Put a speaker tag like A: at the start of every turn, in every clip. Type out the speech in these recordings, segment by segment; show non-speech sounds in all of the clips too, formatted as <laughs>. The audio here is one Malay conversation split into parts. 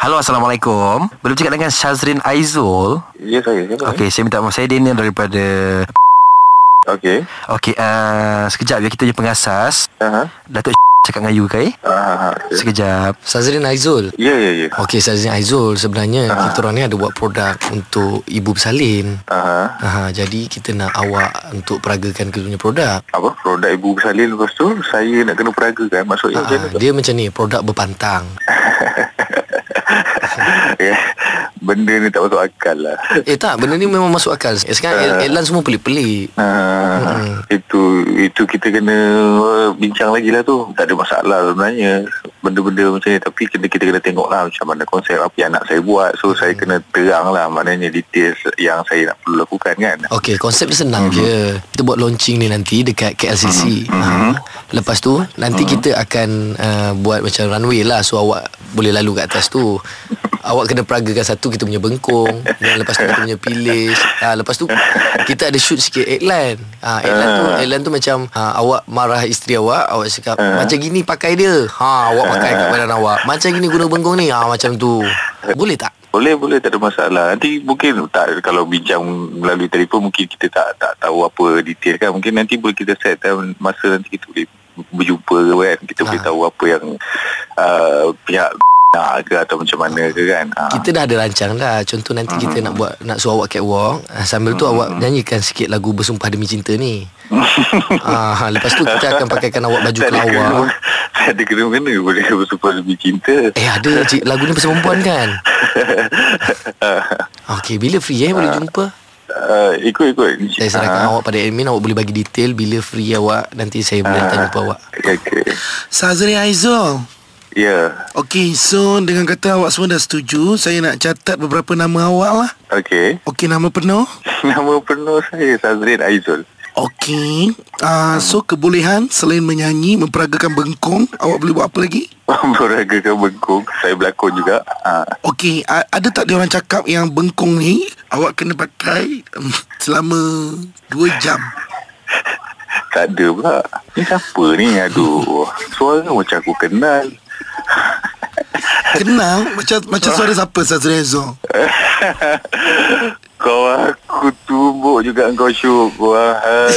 A: Halo Assalamualaikum Belum cakap dengan Syazrin Aizul
B: Ya saya Siapa
A: Okey saya minta maaf Saya Daniel daripada
B: Okey
A: Okey uh, Sekejap ya kita punya pengasas
B: Aha.
A: Datuk <laughs> cakap dengan you ke eh?
B: Aha. okey.
A: Sekejap
C: Sazrin Aizul
B: Ya ya ya
C: Okey Sazrin Aizul Sebenarnya kita orang ni ada buat produk Untuk ibu bersalin
B: Aha.
C: Aha, Jadi kita nak awak Untuk peragakan kita punya produk
B: Apa produk ibu bersalin lepas tu Saya nak kena peragakan Maksudnya Ya, macam
C: Aha,
B: mana
C: Ah, Dia macam ni Produk berpantang
B: <laughs> Ya. Benda ni tak masuk akal lah
C: Eh tak Benda ni memang masuk akal Sekarang uh. Elan semua pelik-pelik
B: Ha, itu itu kita kena bincang lagi lah tu tak ada masalah sebenarnya benda-benda macam ni tapi kita, kita kena tengok lah macam mana konsep apa yang nak saya buat so saya kena terang lah maknanya details yang saya nak perlu lakukan kan
C: Okey, konsep dia senang mm-hmm. je. Kita buat launching ni nanti dekat KLCC. Mm-hmm. Ha. Lepas tu nanti mm-hmm. kita akan uh, buat macam runway lah so awak boleh lalu kat atas tu. awak kena peragakan satu kita punya bengkung, dan lepas tu kita punya pilis. Ha, lepas tu kita ada shoot sikit iklan. Ha, iklan tu iklan tu macam ha, awak marah isteri awak, awak cakap macam gini pakai dia. Ha, awak pakai kat badan awak. Macam gini guna bengkung ni. Ha, macam tu. Boleh tak?
B: Boleh boleh tak ada masalah. Nanti mungkin tak kalau bincang melalui telefon mungkin kita tak tak tahu apa detail kan. Mungkin nanti boleh kita set time masa nanti kita boleh berjumpa ke kan. Kita ha. boleh
C: Ah.
B: tahu apa yang uh, pihak nak ke atau macam mana ke kan. Ha.
C: Kita dah ada rancang dah Contoh nanti kita nak buat Nak suruh awak catwalk ah, Sambil tu awak nyanyikan sikit lagu Bersumpah Demi Cinta ni ah, Lepas tu kita akan pakaikan awak baju
B: Tak ada
C: kelawar
B: kena- <laughs> Tak ada kena-kena boleh bersumpah lebih cinta.
C: Eh ada cik Lagu ni pasal perempuan kan Ah, Okey bila free eh boleh jumpa
B: Uh, Ah. ikut-ikut.
C: Saya serahkan awak pada admin Awak boleh bagi detail Bila free awak Nanti saya boleh hantar jumpa awak
B: Okay, okay.
D: Sazri Aizul
B: Ya. Yeah.
D: Okey, so dengan kata awak semua dah setuju Saya nak catat beberapa nama awak lah
B: Okay. <laughs>
D: Okey, nama penuh
B: Nama penuh saya Sazrin Aizul. <laughs>
D: Okey uh, So kebolehan selain menyanyi Memperagakan bengkong Awak boleh buat apa lagi?
B: Beragakan bengkung. Saya berlakon juga. Ha.
D: Okey, uh, ada tak dia orang cakap yang bengkong ni Awak kena pakai um, selama 2 jam
B: Tak ada pula Ni siapa ni Aduh Suara macam aku kenal
D: Kenal macam macam suara siapa Sazri <laughs> Aizul
B: Kau aku tumbuk juga kau syuk Wahai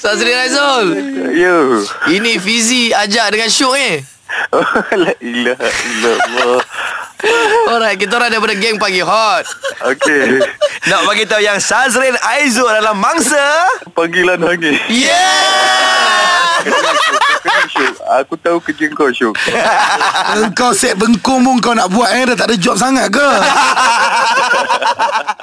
C: Sazri Raizul
B: Yo
C: Ini Fizi ajak dengan Syuk eh
B: <laughs> La ilaha illallah
C: Alright kita orang daripada geng pagi hot
B: Okay
A: Nak bagi tahu yang Syazrin Aizul adalah mangsa
B: Panggilan hangi
C: Yeah
B: Syuk Aku tahu kerja kau syuk
D: <laughs> Kau set bengkong pun kau nak buat eh Dah tak ada job sangat ke?